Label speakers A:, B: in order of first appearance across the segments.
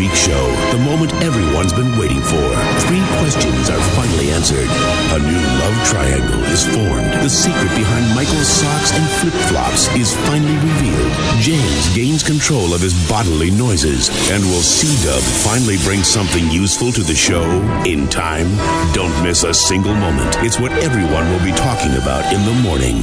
A: the moment everyone's been waiting for. Three questions are finally answered. A new love triangle is formed. The secret behind Michael's socks and flip flops is finally revealed. James gains control of his bodily noises. And will C Dub finally bring something useful to the show in time? Don't miss a single moment. It's what everyone will be talking about in the morning.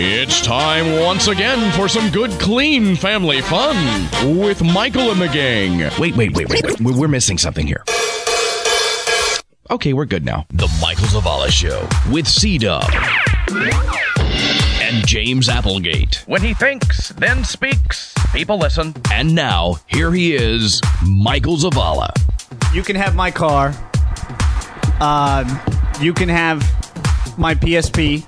B: It's time once again for some good, clean family fun with Michael and the gang.
C: Wait, wait, wait, wait, wait. We're we're missing something here. Okay, we're good now.
D: The Michael Zavala Show with C Dub and James Applegate.
E: When he thinks, then speaks. People listen.
D: And now, here he is, Michael Zavala.
F: You can have my car. Um, you can have my PSP,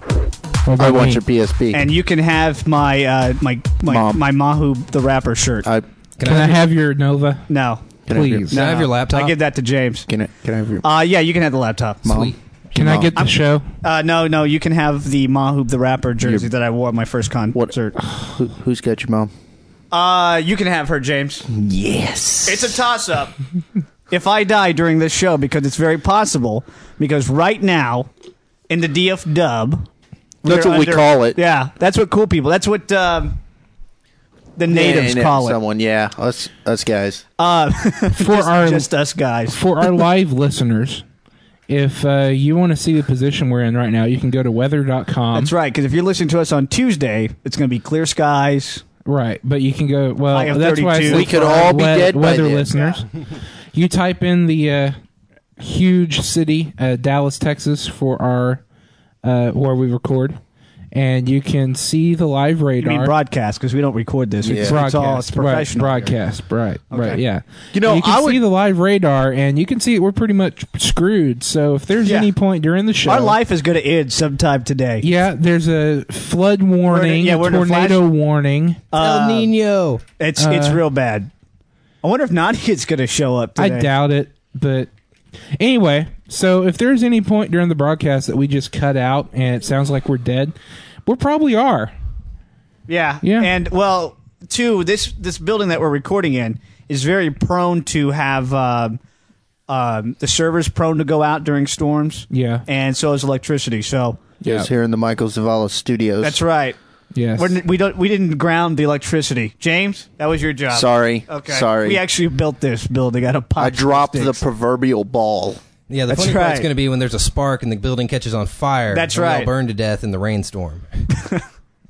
G: I want your PSP.
F: and you can have my uh, my my,
G: Mom.
F: my Mahu the rapper shirt.
G: I
H: Can I have your Nova?
F: no,
G: can I have your-
H: Please. Can I have your laptop?
F: I give that to James.
G: can I can I have your
F: Uh, yeah, you can have the laptop.
G: mom?
H: Can I get the show?
F: Uh, no, no, you can have the Mahu the rapper jersey that I wore at my first
G: What-
F: concert.
G: Who, who's got your mom?
F: Uh, you can have her, James.
G: Yes.
F: It's a toss up. if I die during this show, because it's very possible, because right now in the DF dub,
G: That's
F: we're
G: what we
F: under-
G: call it.
F: Yeah, that's what cool people. That's what um, the natives
G: Yeah,
F: call it.
G: Someone, yeah, us us guys.
H: For our
F: Just us guys.
H: for our live listeners, if uh, you want to see the position we're in right now, you can go to weather.com.
F: That's right. Because if you're listening to us on Tuesday, it's going to be clear skies.
H: Right, but you can go. Well,
F: I have
H: that's why I
F: 32.
H: said
F: We
G: could
H: for
G: all
H: our
G: be dead by
H: weather
G: then.
H: listeners. you type in the uh, huge city, uh, Dallas, Texas, for our uh, where we record, and you can see the live
F: I
H: radar.
F: mean broadcast because we don't record this. It's, it's all it's
H: right,
F: professional.
H: broadcast, right, right, yeah.
G: You know,
H: you can
G: I
H: see
G: would-
H: the live radar, and you can see we're pretty much screwed. So if there's
F: Yeah.
H: any point during the show,
F: Our life is going to end sometime today.
H: yeah, there's a flood warning,
F: yeah,
H: a
F: we're in a
H: tornado
F: flash-
H: warning.
F: Uh,
H: Nino.
F: It's it's real bad. I wonder if Nadia's going to show up today.
H: uh, I doubt it, but anyway, so if there's any point during the broadcast that we just cut out and it sounds like we're dead, we probably are.
F: Yeah.
H: Yeah.
F: And well, two this this building that we're recording in is very prone to have um, um, the servers prone to go out during storms.
H: Yeah.
F: And so is electricity. So
G: Yes, here in the Michael Zavala studios.
F: that's right.
H: Yes.
F: We're, we don't. We didn't ground the electricity, James. That was your job.
G: Sorry.
F: Okay.
G: Sorry.
F: We actually built this building out of pop.
G: I dropped the
F: sticks.
G: proverbial ball.
I: Yeah, the
F: That's
I: funny
F: right.
I: part's going to be when there's a spark and the building catches on fire.
F: That's
I: and we all
F: right.
I: burn to death in the rainstorm.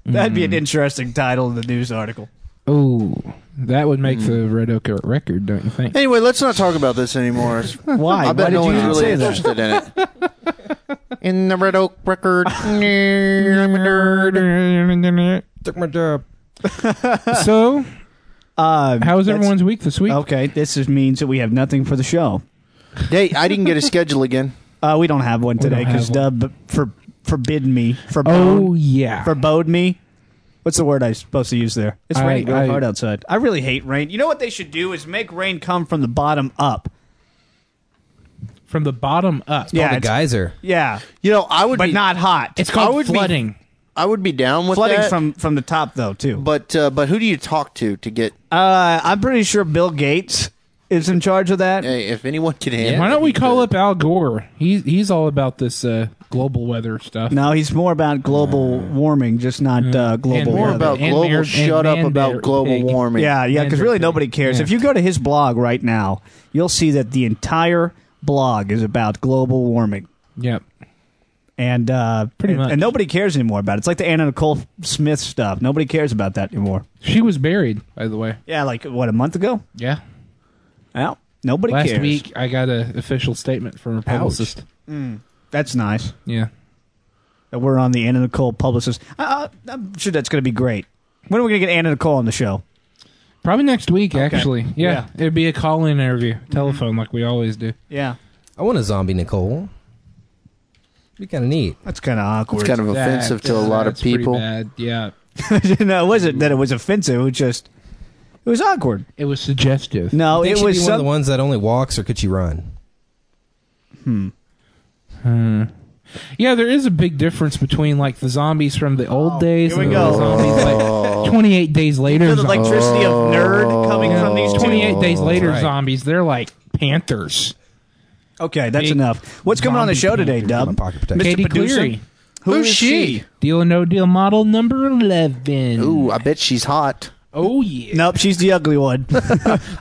F: That'd be an interesting title in the news article.
H: Ooh, that would make the Red Oak record, don't you think?
G: Anyway, let's not talk about this anymore.
F: Why?
G: I
F: Why
G: bet
F: did
G: no
F: you
G: one's
F: even
G: really
F: say that?
G: interested in it. In the Red Oak record, I'm a nerd.
I: Took my job.
H: so,
F: Um,
H: how was
F: that's-
H: everyone's week this week?
F: Okay. This is, means that we have nothing for the show.
G: Hey, I didn't get a schedule again.
F: Uh, we don't have one
H: don't
F: today because
H: have
F: Dub for forbid me forbode,
H: Oh yeah.
F: forbode me. What's the word I'm supposed to use there? It's
H: I-
F: raining
H: I-
F: real hard outside. I really hate rain. You know what they should do is make rain come from the bottom up.
H: From the bottom up.
F: yeah,
I: The
F: it's-
I: geyser.
F: yeah,
G: You know, I would
F: but
G: be,
F: not hot.
H: It's
G: I
H: called
G: would be-
H: flooding.
G: I would be down with
F: flooding
G: that,
F: from from the top though too.
G: But uh, but who do you talk to to get?
F: Uh, I'm pretty sure Bill Gates is in charge of that.
G: Hey, if anyone can handle.
H: Why don't we
G: it,
H: call up Al Gore? He's he's all about this uh, global weather stuff.
F: No, he's more about global warming, just
H: Mm.
F: not uh, global.
H: more
G: More
F: weather.
G: about
H: And
G: global.
H: Mayor-
G: shut
H: and
G: up
H: Man
G: about
H: Bear
G: global
H: Pig.
G: warming.
F: Yeah, yeah, because
H: Andrew
F: really
H: Tate.
F: nobody cares.
H: Yeah.
F: If you go to his blog right now, you'll see that the entire blog is about global warming.
H: Yep.
F: And uh,
H: Pretty
F: and,
H: much.
F: and nobody cares anymore about it. It's like the Anna Nicole Smith stuff. Nobody cares about that anymore.
H: She was buried, by the way.
F: Yeah, like what a month ago.
H: Yeah.
F: Well, nobody
H: Last
F: cares.
H: week, I got an official statement from a publicist.
F: That's nice
H: Yeah.
F: that we're on the Anna Nicole publicist. Uh, I'm sure that's going to be great. When are we going to get Anna Nicole on the show?
H: Probably next week, actually. Yeah. Mm-hmm.
F: Yeah.
H: It'd be a call in interview, telephone, like we always do.
F: Yeah,
I: I want a zombie Nicole. Be kind of neat.
F: that's kind of awkward.
G: It's kind of offensive to a lot of
H: That's pretty
G: people.
H: bad. Yeah.
F: no, it wasn't that it was offensive. It was just it was awkward.
H: It was suggestive.
F: No,
I: Think
F: it
I: she'd
F: was
I: be one
F: some-
I: of the ones that only walks, or could she run?
H: Yeah, there is a big difference between, like, the zombies from the old days
F: Oh, here we
H: and the
F: go.
H: zombies like,
J: Oh.
H: 28 days later.
F: The electricity of nerd coming from these two?
H: 28 days later zombies, they're like panthers.
F: Okay, that's
H: Big
F: enough. What's coming on the
H: zombie
F: show today,
I: panther
F: Dub?
I: from a pocket
F: Mr.
I: protector.
H: Katie
F: Producer?
H: Cleary. Oh,
F: Who
J: Who's
F: is
J: she?
H: Deal or no deal model number 11.
J: Ooh, I bet she's hot.
H: Oh, yeah.
F: Nope, she's the ugly one.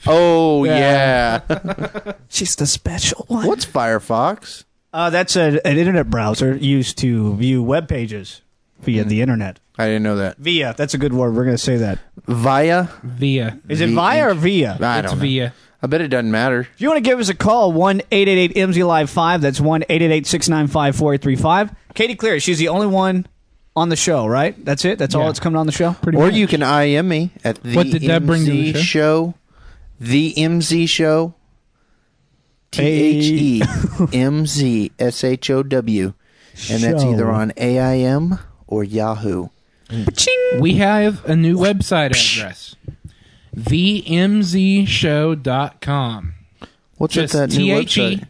J: Oh yeah.
F: she's the special one.
J: What's Firefox?
F: Uh, that's a, an internet browser used to view web pages via the internet.
J: I didn't know that.
F: Via, that's a good word. We're going to say that.
J: Via.
H: Via.
F: Is it
J: V-
F: via or via?
J: I
H: It's
J: don't know.
H: via.
J: I bet it doesn't matter.
F: If you want to give us a call, 1 888 MZ Live 5. That's 1 888 695 4835. Katie Cleary, she's the only one on the show, right? That's it? That's all
H: Yeah.
F: that's coming on the show?
H: Pretty
J: Or
H: much.
J: you can IM me at the
H: What did that
J: MZ
H: bring to the show?
J: show? The MZ show. T H E M Z S H O W. And that's
F: Show.
J: either on AIM or Yahoo.
H: We have a new website address. VMZShow.com.
J: What's at
H: Just E
J: that new
H: T-H-E
J: website?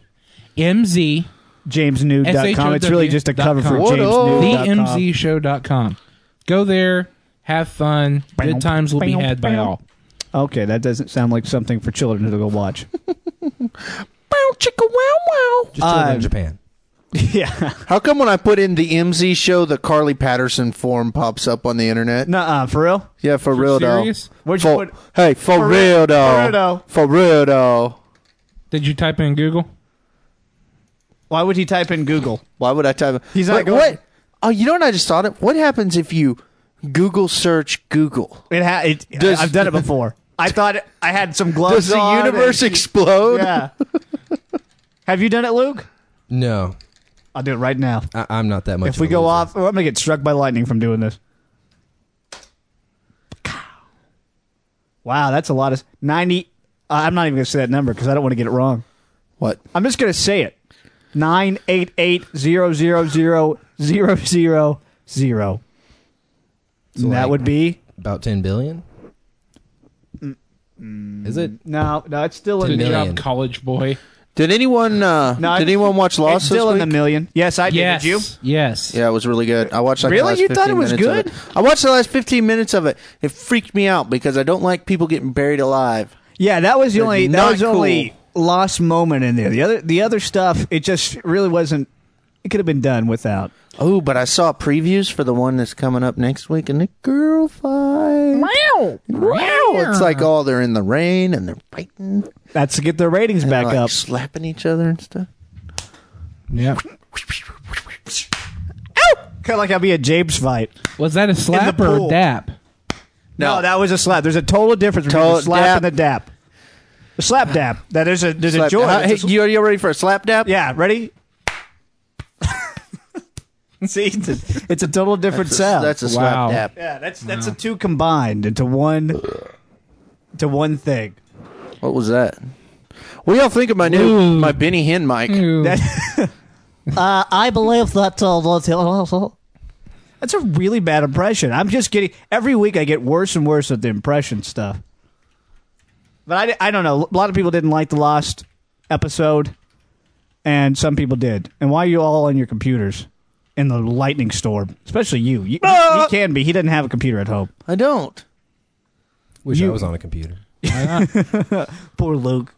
H: M-Z
F: JamesNew.com. It's really just a cover for
J: What up?
F: JamesNew.com.
H: TheMZShow.com. Go there, have fun. Good times will be had by all.
F: Okay, that doesn't sound like something for children to go watch.
J: Bow, chicka, wow, wow.
I: Just children
F: Uh,
I: in Japan.
F: yeah.
J: How come when I put in the MZ show, the Carly Patterson form pops up on the internet?
F: Nuh uh, for real?
J: Yeah, for, real
H: serious?
J: though.
F: Where'd you
J: for,
F: put-
J: Hey, for,
F: for real- for real
J: real though.
F: though.
J: For real though.
H: Did you type in Google?
F: Why would he type in Google?
J: Why would I type?
F: He's not
J: Wait,
F: going-
J: What? Oh, you know what I just thought of? What happens if you Google search Google?
F: It ha- it,
J: Does-
F: I've done it before. I thought I had some gloves
J: Does the
F: on
J: universe
F: and-
J: explode?
F: Yeah. Have you done it, Luke?
I: No,
F: I'll do it right now.
I: I, I'm not that much.
F: If we
I: of a
F: go
I: loser.
F: off, oh, I'm gonna get struck by lightning from doing this. Wow, that's a lot of ninety. Uh, I'm not even gonna say that number because I don't want to get it wrong.
J: What?
F: I'm just gonna say it. Nine eight eight zero zero zero zero zero zero. That
I: like-
F: would be
I: about 10 billion.
F: Mm,
I: Is it?
F: no, no. It's still in
I: Two
H: Good
F: the
I: million.
H: job, college boy.
J: Did anyone? Uh,
F: No, it's-
J: did anyone watch
F: It's
J: Lost this
F: still in
J: week?
F: the million. Yes, I did.
H: Yes.
F: Did you?
H: Yes.
J: yeah, it was really good. I watched like
F: Really?
J: the last
F: You thought it
J: 15
F: was
J: minutes of
F: good?
J: it. I watched the last 15 minutes of it. It freaked me out because I don't like people getting buried alive.
F: Yeah, that was the only that
J: not
F: was the only lost moment in there. The other the other stuff, it just really wasn't. It could have been done without.
J: Oh, but I saw previews for the one that's coming up next week, and the girl fight. Wow, wow! Oh, It's like all they're in the rain and they're fighting, and
F: That's to get their ratings
J: they're,
F: back
J: like,
F: up.
J: slapping each other and stuff.
H: Yeah.
F: Kind of like I'll be a James fight.
H: Was that a slap or a
F: pool.
H: dap?
F: No. that was a slap. There's a total difference between
J: Total
F: a slap
J: dap.
F: and a dap. A slap dap. That is a there's a
J: Slap-
F: joy.
J: Uh,
F: That's a
J: hey,
F: sl-
J: you, you ready for a slap dap?
F: yeah, ready? See, it's a, it's a total different
J: That's a-
F: sound.
J: That's a
H: Wow.
J: slap dap.
F: yeah, that's that's the two combined into one to one thing.
J: What was that? What do y'all think of my new
H: Ooh.
F: Mm.
J: my Benny Hinn mic?
F: I believe that. uh, That's a really bad impression. I'm just getting every week. I get worse and worse at the impression stuff. But I, I don't know. A lot of people didn't like the last episode, and some people did. And why are you all on your computers in the lightning storm? Especially you. You, you can be. He doesn't have a computer at home.
J: I don't.
I: Wish
F: You-
I: I was on a computer.
F: Poor Luke.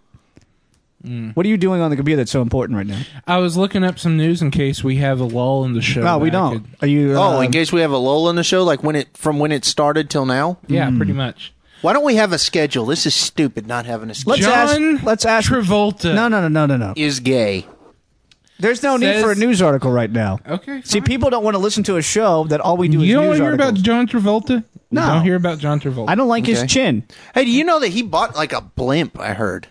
H: Mm.
F: What are you doing on the computer that's so important right now?
H: I was looking up some news in case we have a lull in the show.
F: No, we
H: that I
F: don't.
H: could-
F: Are you?
J: Oh,
F: uh,
J: in case we have a lull in the show, like when it from when it started till now.
H: yeah,
F: Hmm.
H: pretty much.
J: Why don't we have a schedule? This is stupid. Not having a schedule
F: Let's
H: John
F: ask. Let's ask.
H: Travolta.
F: No, no, no, no, no, no.
J: is gay.
F: There's no need
H: Says-
F: for a news article right now.
H: Okay.
F: See,
H: fine.
F: people don't want to listen to a show that all we do is
H: You don't
F: news
H: wanna hear about
F: articles.
H: John Travolta? We
F: No.
H: Don't hear about John Travolta.
F: I don't like
J: Okay.
F: his chin.
J: Hey, do you know that he bought like a blimp? I heard.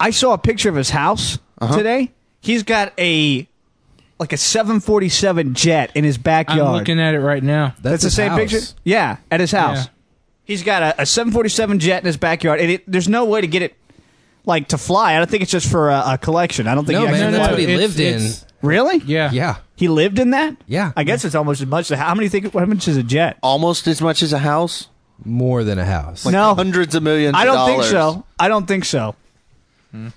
F: I saw a picture of his house today. He's got a like a 747 jet in his
H: I'm
F: backyard.
H: looking at it right now.
F: That's
I: That's,
F: the
I: his
F: same
I: house.
F: picture. Yeah, at his house.
H: Yeah.
F: He's got a, a 747 jet in his backyard, and it, there's no way to get it like to fly. I don't think it's just for a, a collection. I don't think
I: No,
F: he
I: man,
F: actually
I: that's
H: no,
I: what he
H: it's-
I: lived in.
H: it's-
F: really.
H: Yeah.
I: Yeah.
F: he lived in that.
I: Yeah.
F: I guess it's almost as much. How many think? How much is a jet?
J: Almost as much as a house.
I: More than a house.
F: no,
J: Hundreds of millions.
F: I
J: of
F: don't think
J: dollars.
F: so. I don't think so.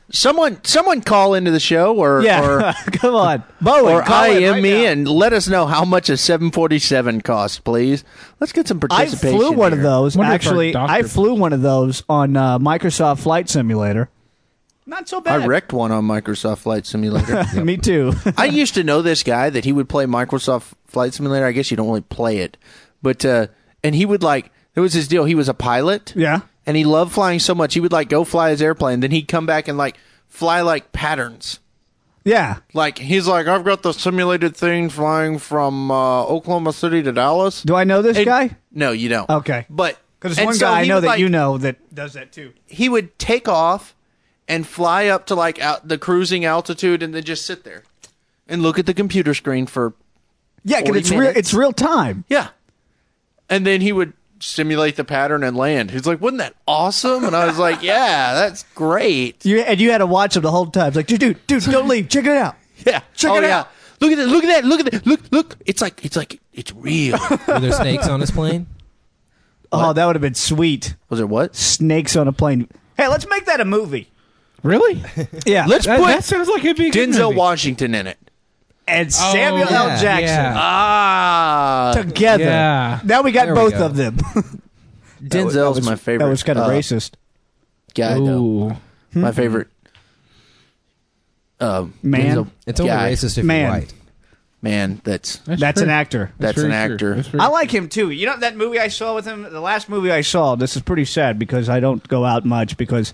J: Someone, someone call into the show or
F: Yeah,
J: or,
F: come on, Boeing.
J: or E
F: call in
J: IM
F: right
J: me
F: now.
J: and let us know how much a 747 costs, please. Let's get some
F: I
J: participation.
F: flew one of
J: here.
F: those.
H: Wonder if our
F: Actually,
H: doctor-
F: I flew one of those on uh, Microsoft Flight Simulator. Not so bad.
J: I wrecked one on Microsoft Flight Simulator.
F: Me too.
J: I used to know this guy that he would play Microsoft Flight Simulator. I guess you don't really play it, but uh, and he would like there was his deal. He was a pilot.
F: Yeah.
J: and he loved flying so much. He would like go fly his airplane, then he'd come back and like fly like patterns.
F: yeah.
J: Like he's like, I've got the simulated thing flying from uh, Oklahoma City to Dallas.
F: Do I know this
J: And-
F: guy?
J: No, you don't.
F: Okay.
J: but
F: Because there's
J: and
F: one
J: so
F: guy I
J: he
F: know
J: would,
F: that
J: like,
F: you know that does that too.
J: He would take off and fly up to like out the cruising altitude, and then just sit there and look at the computer screen for
F: Yeah, because
J: 40
F: it's real.
J: minutes.
F: It's real time.
J: Yeah. And then he would simulate the pattern and land. He's like, wasn't that awesome? And I was like, yeah, that's great.
F: You and you had to watch him the whole time. It's like, dude, dude, dude, don't leave. Check it out.
J: Yeah.
F: Check
J: oh,
F: it
J: yeah.
F: out.
J: Look at that. Look at that. Look at that. Look, look. It's like, it's like, it's real.
I: Were there snakes on his plane?
F: Oh, that would have been sweet.
J: was it what?
F: Snakes on a plane. Hey, let's make that a movie.
H: Really?
F: Yeah,
J: Let's
H: That, that
J: put
H: sounds like it'd be a good
J: Denzel
H: movie.
J: Washington in it.
F: and Samuel
I: yeah,
F: L. Jackson
H: Oh,
J: Uh,
H: Yeah.
J: Ah.
F: together.
H: Yeah.
F: Now we got
I: There we
F: both
I: go.
F: of them.
J: Denzel's my favorite.
F: That was kind of
J: uh,
F: racist.
J: Guy, though.
H: Ooh.
J: My favorite. Um,
F: Man.
J: Denzel
I: It's only
J: guy.
I: racist if
F: Man.
I: you're white.
J: Man, that's
F: That's an
H: pretty-
F: actor.
J: that's an
H: very true.
J: actor.
H: That's very-
F: I like him too. You know that movie I saw with him? The last movie I saw. This is pretty sad because I don't go out much because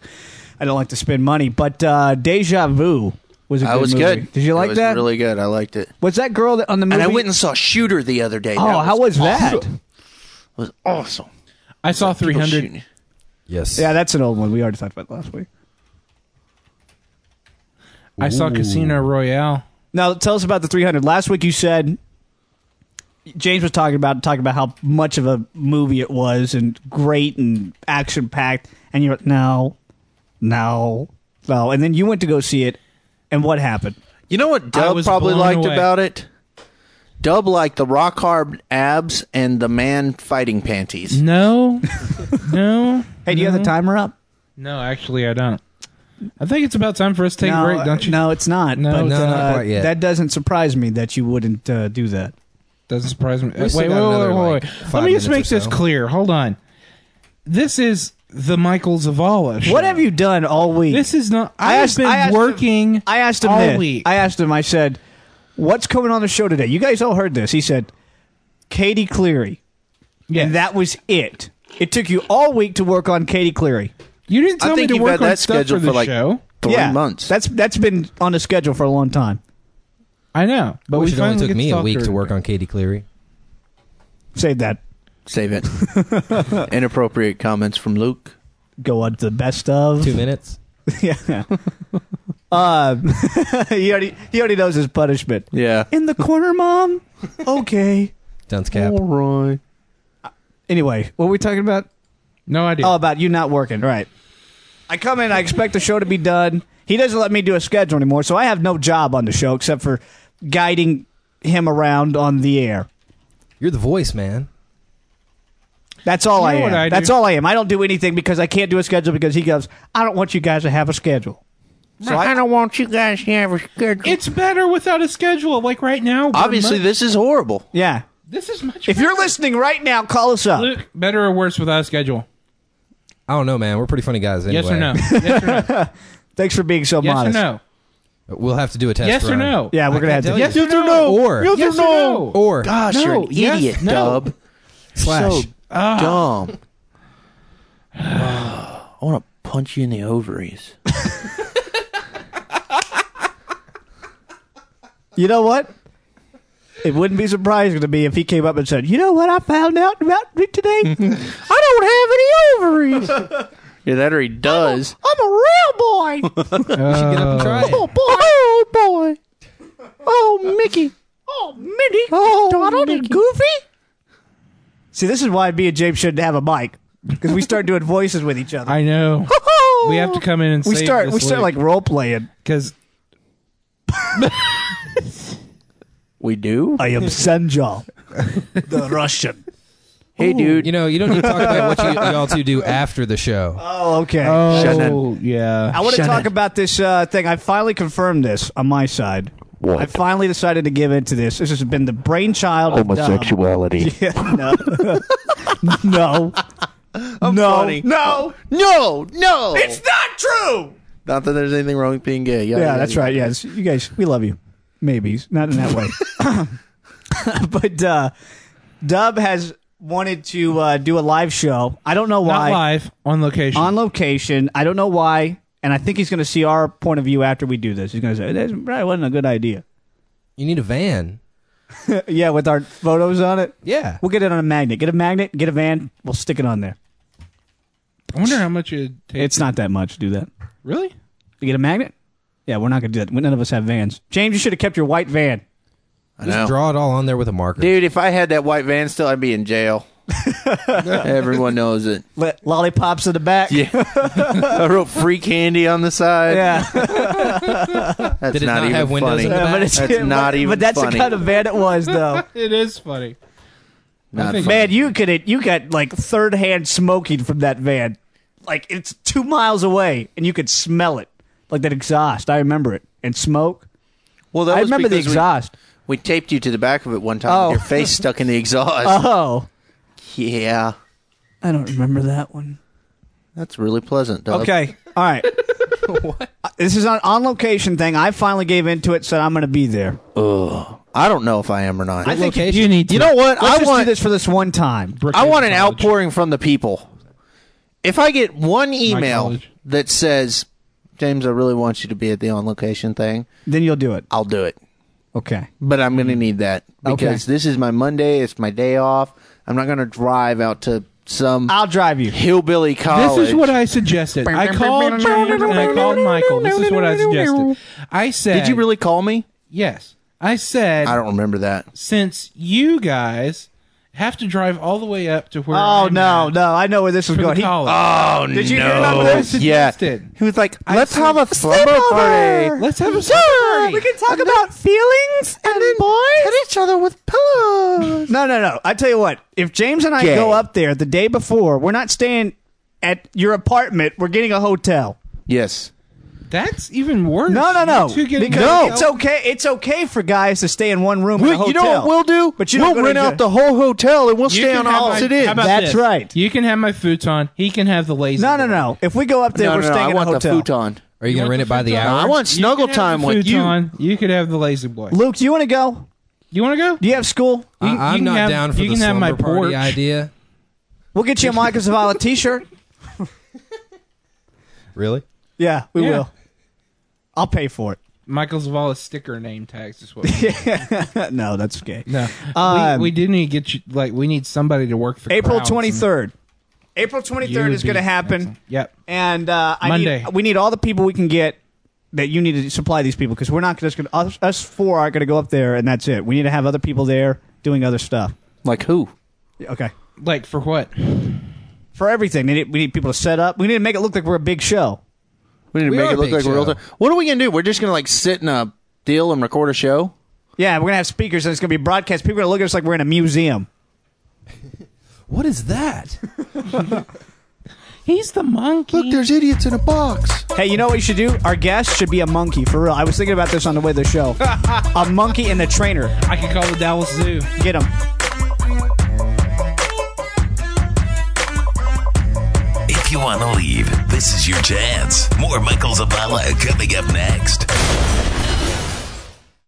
F: I don't like to spend money. But uh, Deja Vu was a good
J: I was
F: movie.
J: good.
F: Did you like
J: it was
F: that?
J: Really good. I liked it.
F: was that girl that on the movie?
J: And I went and saw Shooter the other day.
F: Oh, how was that?
J: was awesome.
H: I saw 300.
J: Shooting.
I: Yes.
F: Yeah, that's an old one. We already talked about it last week.
H: I saw Casino Royale.
F: Now tell us about the 300. Last week you said James was talking about talking about how much of a movie it was and great and action packed, and you're like, no, no, no, and then you went to go see it, and what happened?
J: You know what
H: I
J: Dub
H: was
J: probably
H: blown
J: liked
H: away.
J: about it? Dub liked the rock hard abs and the man fighting
H: Mm.
J: panties.
H: No. no.
F: Hey, do you have
H: Mm-hmm.
F: the timer up?
H: No, actually, I don't. I think it's about time for us to take
F: no,
H: a break, don't you?
F: No, it's not.
H: No,
F: but,
H: it's
F: uh,
I: not quite yet.
F: That doesn't surprise me that you wouldn't uh, do that.
H: Doesn't surprise me. Uh,
I: still
H: wait, wait,
I: got
H: wait,
I: another,
H: wait,
I: like,
H: wait.
I: five
H: Let me just
I: minutes
H: make
I: or
H: this
I: so.
H: clear. Hold on. This is the Michael Zavala show.
F: What have you done all week?
H: This is not.
F: I
H: I,
F: asked-
H: have been
F: I asked him-
H: working.
F: I asked him
H: all
F: this.
H: week.
F: I asked him. I said, "What's coming on the show today?" You guys all heard this. He said, "Katie Cleary,"
H: yeah,
F: and that was it. It took you all week to work on Katie Cleary.
H: you didn't tell
J: I think
H: me to
J: you've
H: work
J: had
H: on
J: that
H: stuff
J: scheduled
H: for the
J: for, like-
H: show.
J: Three
F: yeah,
J: months.
F: That's that's been on the schedule for a long time.
H: I know, but
I: But
H: we
I: it
H: finally
I: only
H: get
I: took me
H: to
I: a
H: talk
I: week
H: her.
I: to work on Katie Cleary.
F: Save that.
J: Save it. Inappropriate comments from Luke.
F: Go on to the best of.
I: Two minutes.
F: yeah. uh, he already he already knows his punishment.
J: Yeah.
F: In the corner, mom. Okay.
I: Dunce cap.
J: right.
F: Anyway, what were we talking about?
H: No idea.
F: Oh, about you not working, right? I come in, I expect the show to be done. He doesn't let me do a schedule anymore, so I have no job on the show except for guiding him around on the air.
I: You're the voice, man.
F: That's all
H: You
F: I
H: know
F: am.
H: what I do?
F: That's all I am. I don't do anything because I can't do a schedule because he goes, I don't want you guys to have a schedule. So I,
J: don't want you guys to have a schedule.
H: it's better without a schedule. Like right now, we're
J: Obviously,
H: much-
J: this is horrible.
F: yeah.
H: this is much.
F: If you're listening right now, call us up.
H: Luke, better or worse without a schedule?
I: I don't know, man. We're pretty funny guys anyway.
H: Yes or no? Yes or no?
F: Thanks for being so
H: yes or
F: modest.
H: no?
I: We'll have to do a test.
H: Yes or
I: run.
H: no?
F: Yeah, we're
I: I
F: gonna have
I: can't
F: to.
I: tell
H: Yes
I: you.
H: or no?
I: Or-
H: yes, or no?
I: Or
J: Gosh, you're
H: No,
J: an
H: yes,
J: idiot,
H: no.
J: Dub.
I: slash.
J: So dumb.
F: Ah.
J: I want to punch you in the ovaries.
F: You know what? It wouldn't be surprising to me if he came up and said, "You know what I found out about me today? I don't have any ovaries."
J: Yeah, that or he does.
F: I'm a real boy.
I: Get up and try it.
F: boy. Oh boy. Oh Mickey. Oh Minnie. Oh Donald and Goofy. See, this is why me and James shouldn't have a mic because we start doing voices with each other.
H: I know. We have to come in and
F: We
H: save
F: start.
H: This
F: We start like role playing.
H: because
J: We do?
F: I am Senjal, the Russian.
J: Hey, dude.
I: You know, you don't need to talk about what you, y'all two do after the show.
F: Oh, okay.
H: Oh, yeah.
F: I want to
J: Shut
F: talk
J: it.
F: about this uh, thing. I finally confirmed this on my side.
J: What?
F: I finally decided to give in to this. This has been the brainchild of Dom.
J: homosexuality.
F: no. no. no.
J: funny.
F: No.
J: No, no.
F: It's not true.
J: not that there's anything wrong with being gay.
F: Yeah, that's right. Yes, you guys, we love you. Maybe not in that way, but uh, Dub has wanted to uh, do a live show. I don't know
H: Not
F: why
H: live on location.
F: on location. I don't know why, and I think he's going to see our point of view after we do this. He's going to say that probably wasn't a good idea.
I: You need a van.
F: Yeah, with our photos on it.
I: Yeah.
F: We'll get it on a magnet. Get a magnet. Get a van. We'll stick it on there.
H: I wonder how much it takes.
F: It's not that much to do that.
H: really.
F: You get a magnet. Yeah, we're not going to do that. None of us have vans. James, you should have kept your white van.
J: I
I: Just
J: know.
I: draw it all on there with a marker.
J: Dude, if I had that white van still, I'd be in jail. Everyone knows it.
F: Lo- Lollipops in the back.
J: Yeah. I wrote free candy on the side.
F: Yeah.
J: That's
I: Did it
J: not,
I: not
J: even
I: have windows
J: funny.
I: in the back?
F: but it's,
J: That's not even
F: But that's
J: funny.
F: the kind of van it was, though.
H: It is funny.
J: Not
H: think-
J: funny.
F: Man, you could you got like third hand smoking from that van. Like it's two miles away, and you could smell it, like that exhaust. I remember it and smoke.
J: Well, that
F: I
J: was
F: remember the
J: because we-
F: exhaust.
J: We, taped you to the back of it one time.
F: Oh.
J: With your face stuck in the exhaust.
F: Oh,
J: Yeah,
F: I don't remember that one.
J: that's really pleasant. Dog.
F: Okay, all right. what? This is an on location thing. I finally gave into it, said I'm going to be there.
J: I don't know if I am or not.
I: I think
H: You need to.
J: you know
F: Let's
J: what? I
F: just do
J: want
F: this for this one time.
J: I want an outpouring from the people. If I get one email
H: college.
J: that says, "James, I really want you to be at the on location thing,"
F: Then you'll do it.
J: I'll do it.
F: Okay.
J: But I'm
H: Mm.
J: going to need that because this is my Monday. It's my day off. I'm not going to drive out to some
F: I'll drive you.
J: hillbilly college.
H: This is what I suggested. I called James and I called Michael. This is what I suggested. I said.
J: Did you really call me?
H: Yes. I said.
J: I don't remember that.
H: since you guys have to drive all the way up to where.
F: Oh
H: I'm
F: no,
H: at
F: no! I know where this was
H: For
F: going.
H: the
F: He- uh,
H: college.
J: Oh
F: Did you hear about this?
J: Yeah,
H: suggested.
J: he was like,
H: I
J: "Let's
H: said-
J: have a slumber party."
H: Let's have a
F: Uh, We
H: party.
F: can talk about feelings and, then boys.
J: hit each other with pillows.
F: No, no, no. I tell you what. If James and I
J: Gay.
F: go up there the day before, we're not staying at your apartment. We're getting a hotel.
J: Yes.
H: That's even worse.
F: No, no, no.
H: You two get
F: Because
H: no.
F: it's okay. It's okay for guys to stay in one room. in a
J: We,
F: hotel.
J: you know what we'll do?
F: But you don't
J: we'll
F: go to
J: rent
F: the-
J: out the whole hotel and we'll stay on opposite
H: how
J: ends.
H: about
F: That's
H: this?
F: right.
H: You can have my futon. He can have the lazy.
F: No, no,
H: boy.
F: no. If we go up there,
J: No,
F: we're
J: no, no,
F: staying
J: I
F: in a
J: want the
F: hotel.
J: futon.
I: Are you, going to rent it by the hour?
J: I want
H: You can
J: snuggle
H: have
J: time
H: the
J: with you.
H: futon. You could have the lazy boy.
F: Luke, do you want to go?
H: You want to go?
F: Do you have school?
H: You- you
I: I, am
H: can
I: not
H: have-
I: down for
H: you
I: the
H: can have
I: slumber
H: my
I: party
H: porch.
I: idea.
F: We'll get you a Michael Zavala T-shirt.
I: Really?
F: Yeah, we
H: Yeah.
F: will. I'll pay for it.
H: Michael Zavala's sticker name tags is what. we need.
F: no, that's gay.
H: No,
F: Um,
H: we, we do need to get you. Like, we need somebody to work for
F: April
H: crowds and
F: twenty third. April twenty
H: you
F: third
H: would
F: is going to
H: be
F: happen.
H: excellent. Yep.
F: and uh, I
H: Monday.
F: Need, we need all the people we can get that you need to supply these people because we're not just going to us, us four aren't going to go up there and that's it. We need to have other people there doing other stuff.
J: Like who?
F: Yeah, Okay,
H: Like for what?
F: for everything they need, we need people to set up. We need to make it look like we're a big show.
J: We need to
I: We
J: make
I: are
J: it look
I: big
J: like we're
I: show.
J: real. What are we gonna do? We're just gonna like sit in a deal and record a show.
F: Yeah, we're gonna have speakers and it's gonna be broadcast. People are gonna look at us like we're in a museum.
I: What is that?
H: He's the monkey.
J: Look, there's idiots in a box.
F: Hey, you know what we should do? Our guest should be a monkey for real. I was thinking about this on the way to the show. a monkey and a trainer.
H: I could call the Dallas Zoo.
F: Get him.
A: If you want to leave, this is your chance. More Michael Zavala coming up next.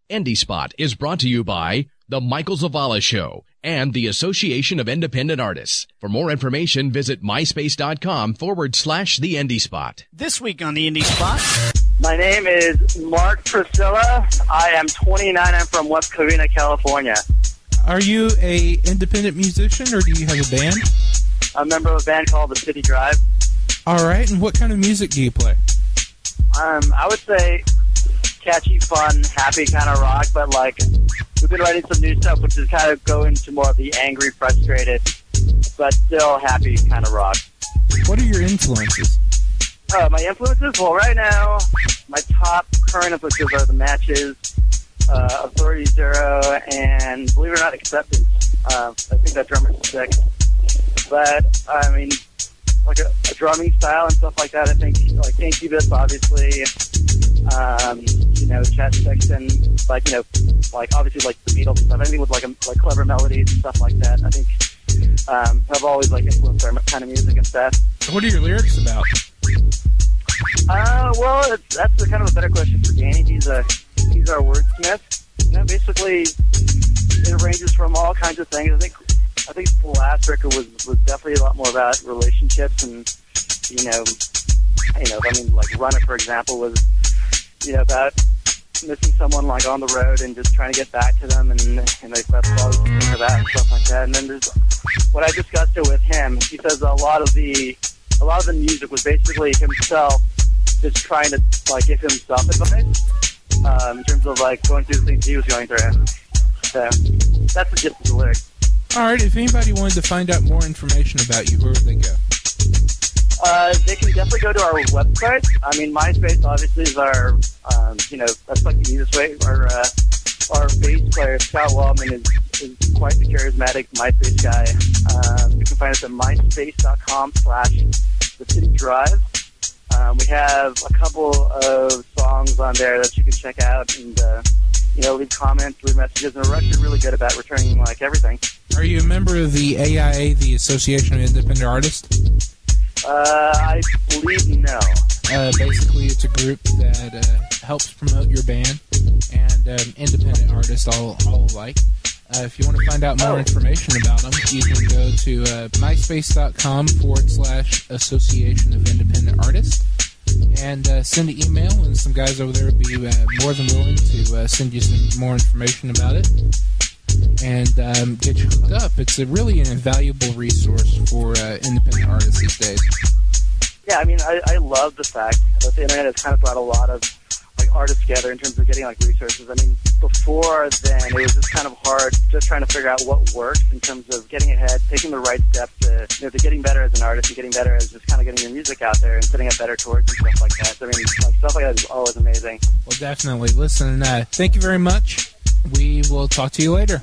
D: Endy Spot is brought to you by The Michael Zavala Show and the Association of Independent Artists. For more information, visit myspace.com forward slash the Endy Spot.
F: This week on the Indie Spot.
K: My name is Mark Priscilla. I am 29. I'm from West Covina, California.
H: Are you a independent musician or do you have a band?
K: I'm a member of a band called The City Drive.
H: All right, and what kind of music do you play?
K: Um, I would say catchy, fun, happy kind of rock, but like we've been writing some new stuff, which is kind of going to more of the angry, frustrated, but still happy kind of rock.
H: What are your influences?
K: Uh, my influences? Well, right now, my top current influences are the matches, uh, Authority Zero, and believe it or not, Acceptance. Uh, I think that drummer's sick. But I mean, like a, a drumming style and stuff like that. I think like Incubus, obviously. Um, you know, Chad Sexton, like you know, like obviously like the Beatles and stuff. Anything with like a, like clever melodies and stuff like that. I think um, have always like influenced our kind of music and stuff.
H: What are your lyrics about?
K: Uh, well, it's, that's a kind of a better question for Danny. He's a he's our wordsmith. You know, basically, it ranges from all kinds of things. I think I think the last record was was definitely a lot more about relationships and you know you know I mean like Run It for example was you know about missing someone like on the road and just trying to get back to them and and like that's all you can think about and stuff like that. And then there's what I discussed it with him. He says a lot of the a lot of the music was basically himself just trying to like give himself advice um, in terms of like going through the things he was going through. So that's the gist of the lyrics.
H: All right, if anybody wanted to find out more information about you, where would they go?
K: Uh, they can definitely go to our website. I mean, MySpace obviously is our, um, you know, that's like the easiest way. Our uh, our bass player Scott Wallman is, is quite the charismatic MySpace guy. Um, you can find us at myspace.com/slash the city drive. Um, we have a couple of songs on there that you can check out and uh, you know leave comments, leave messages, and we're actually really good about returning like everything.
H: Are you a member of the AIA, the Association of Independent Artists?
K: Uh, I believe no.
H: Uh, basically, it's a group that uh, helps promote your band and um, independent artists all, all alike. Uh, if you want to find out more information about them, you can go to uh, myspace.com forward slash association of independent artists and uh, send an email, and some guys over there would be uh, more than willing to uh, send you some more information about it and um, get you hooked up. It's a really an invaluable resource for uh, independent artists these days.
K: Yeah, I mean, I, I love the fact that the internet has kind of brought a lot of like artists together in terms of getting like resources. I mean, before then, it was just kind of hard, just trying to figure out what works in terms of getting ahead, taking the right steps to you know to getting better as an artist and getting better as just kind of getting your music out there and setting up better tours and stuff like that. So, I mean, like, stuff like that is always amazing.
H: Well, definitely. Listen, uh, thank you very much. We will talk to you later.